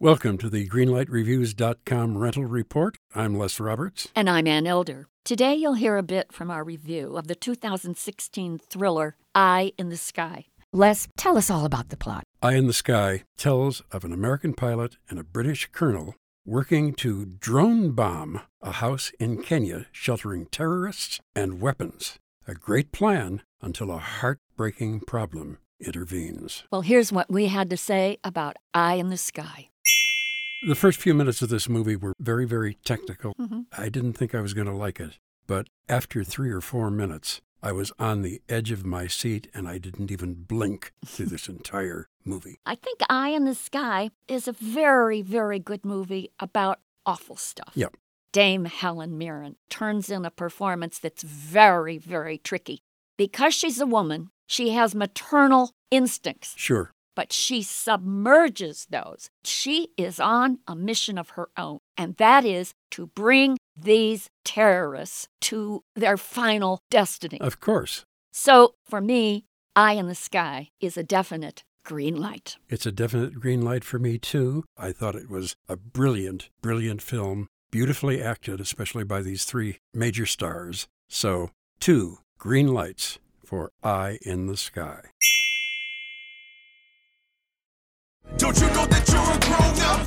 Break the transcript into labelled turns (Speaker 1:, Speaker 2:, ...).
Speaker 1: Welcome to the GreenlightReviews.com rental report. I'm Les Roberts.
Speaker 2: And I'm Ann Elder. Today you'll hear a bit from our review of the 2016 thriller Eye in the Sky. Les, tell us all about the plot.
Speaker 1: Eye in the Sky tells of an American pilot and a British colonel working to drone bomb a house in Kenya sheltering terrorists and weapons. A great plan until a heartbreaking problem intervenes.
Speaker 2: Well, here's what we had to say about Eye in the Sky.
Speaker 1: The first few minutes of this movie were very, very technical.
Speaker 2: Mhm.
Speaker 1: I didn't think I was going to like it, but after three or four minutes, I was on the edge of my seat and I didn't even blink through this entire movie.
Speaker 2: I think Eye in the Sky is a very, very good movie about awful stuff.
Speaker 1: Yep.
Speaker 2: Dame Helen Mirren turns in a performance that's very, very tricky. Because she's a woman, she has maternal instincts.
Speaker 1: Sure.
Speaker 2: but she submerges those. She is on a mission of her own, and that is to bring these terrorists to their final destiny.
Speaker 1: Of course.
Speaker 2: So for me, Eye in the Sky is a definite green light.
Speaker 1: It's a definite green light for me, too. I thought it was a brilliant, brilliant film, beautifully acted, especially by these three major stars. So, two green lights for Eye in the Sky.
Speaker 3: Don't you know that you're a grown up?